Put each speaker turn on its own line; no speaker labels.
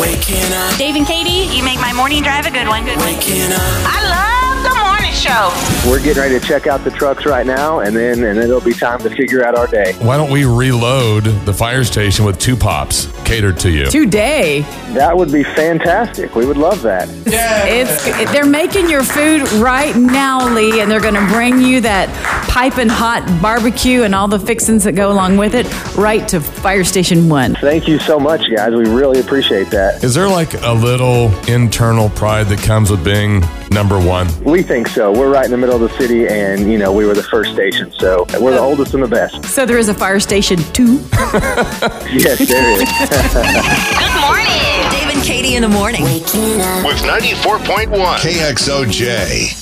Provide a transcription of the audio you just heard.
Waking up,
Dave and Katie,
You make my morning drive a good one. Good one.
waking up,
I love the morning show.
We're getting ready to check out the trucks right now, and then and then it'll be time to figure out our day.
Why don't we reload the fire station with two pops catered to you?
today.
That would be fantastic. We would love that.
It's they're making your food right now, Lee, and they're going to bring you that piping hot barbecue and all the fixings that go along with it right to Fire Station One.
Thank you so much, guys. We really appreciate that.
Is there like a little internal pride that comes with being number one?
We think so. We're right in the middle of the city, and you know we were the first station, so we're the oldest and the best.
So there is a Fire Station Two.
Yes, there is.
Good morning.
Dave and Katie in the morning.
with 94.1
KXOJ.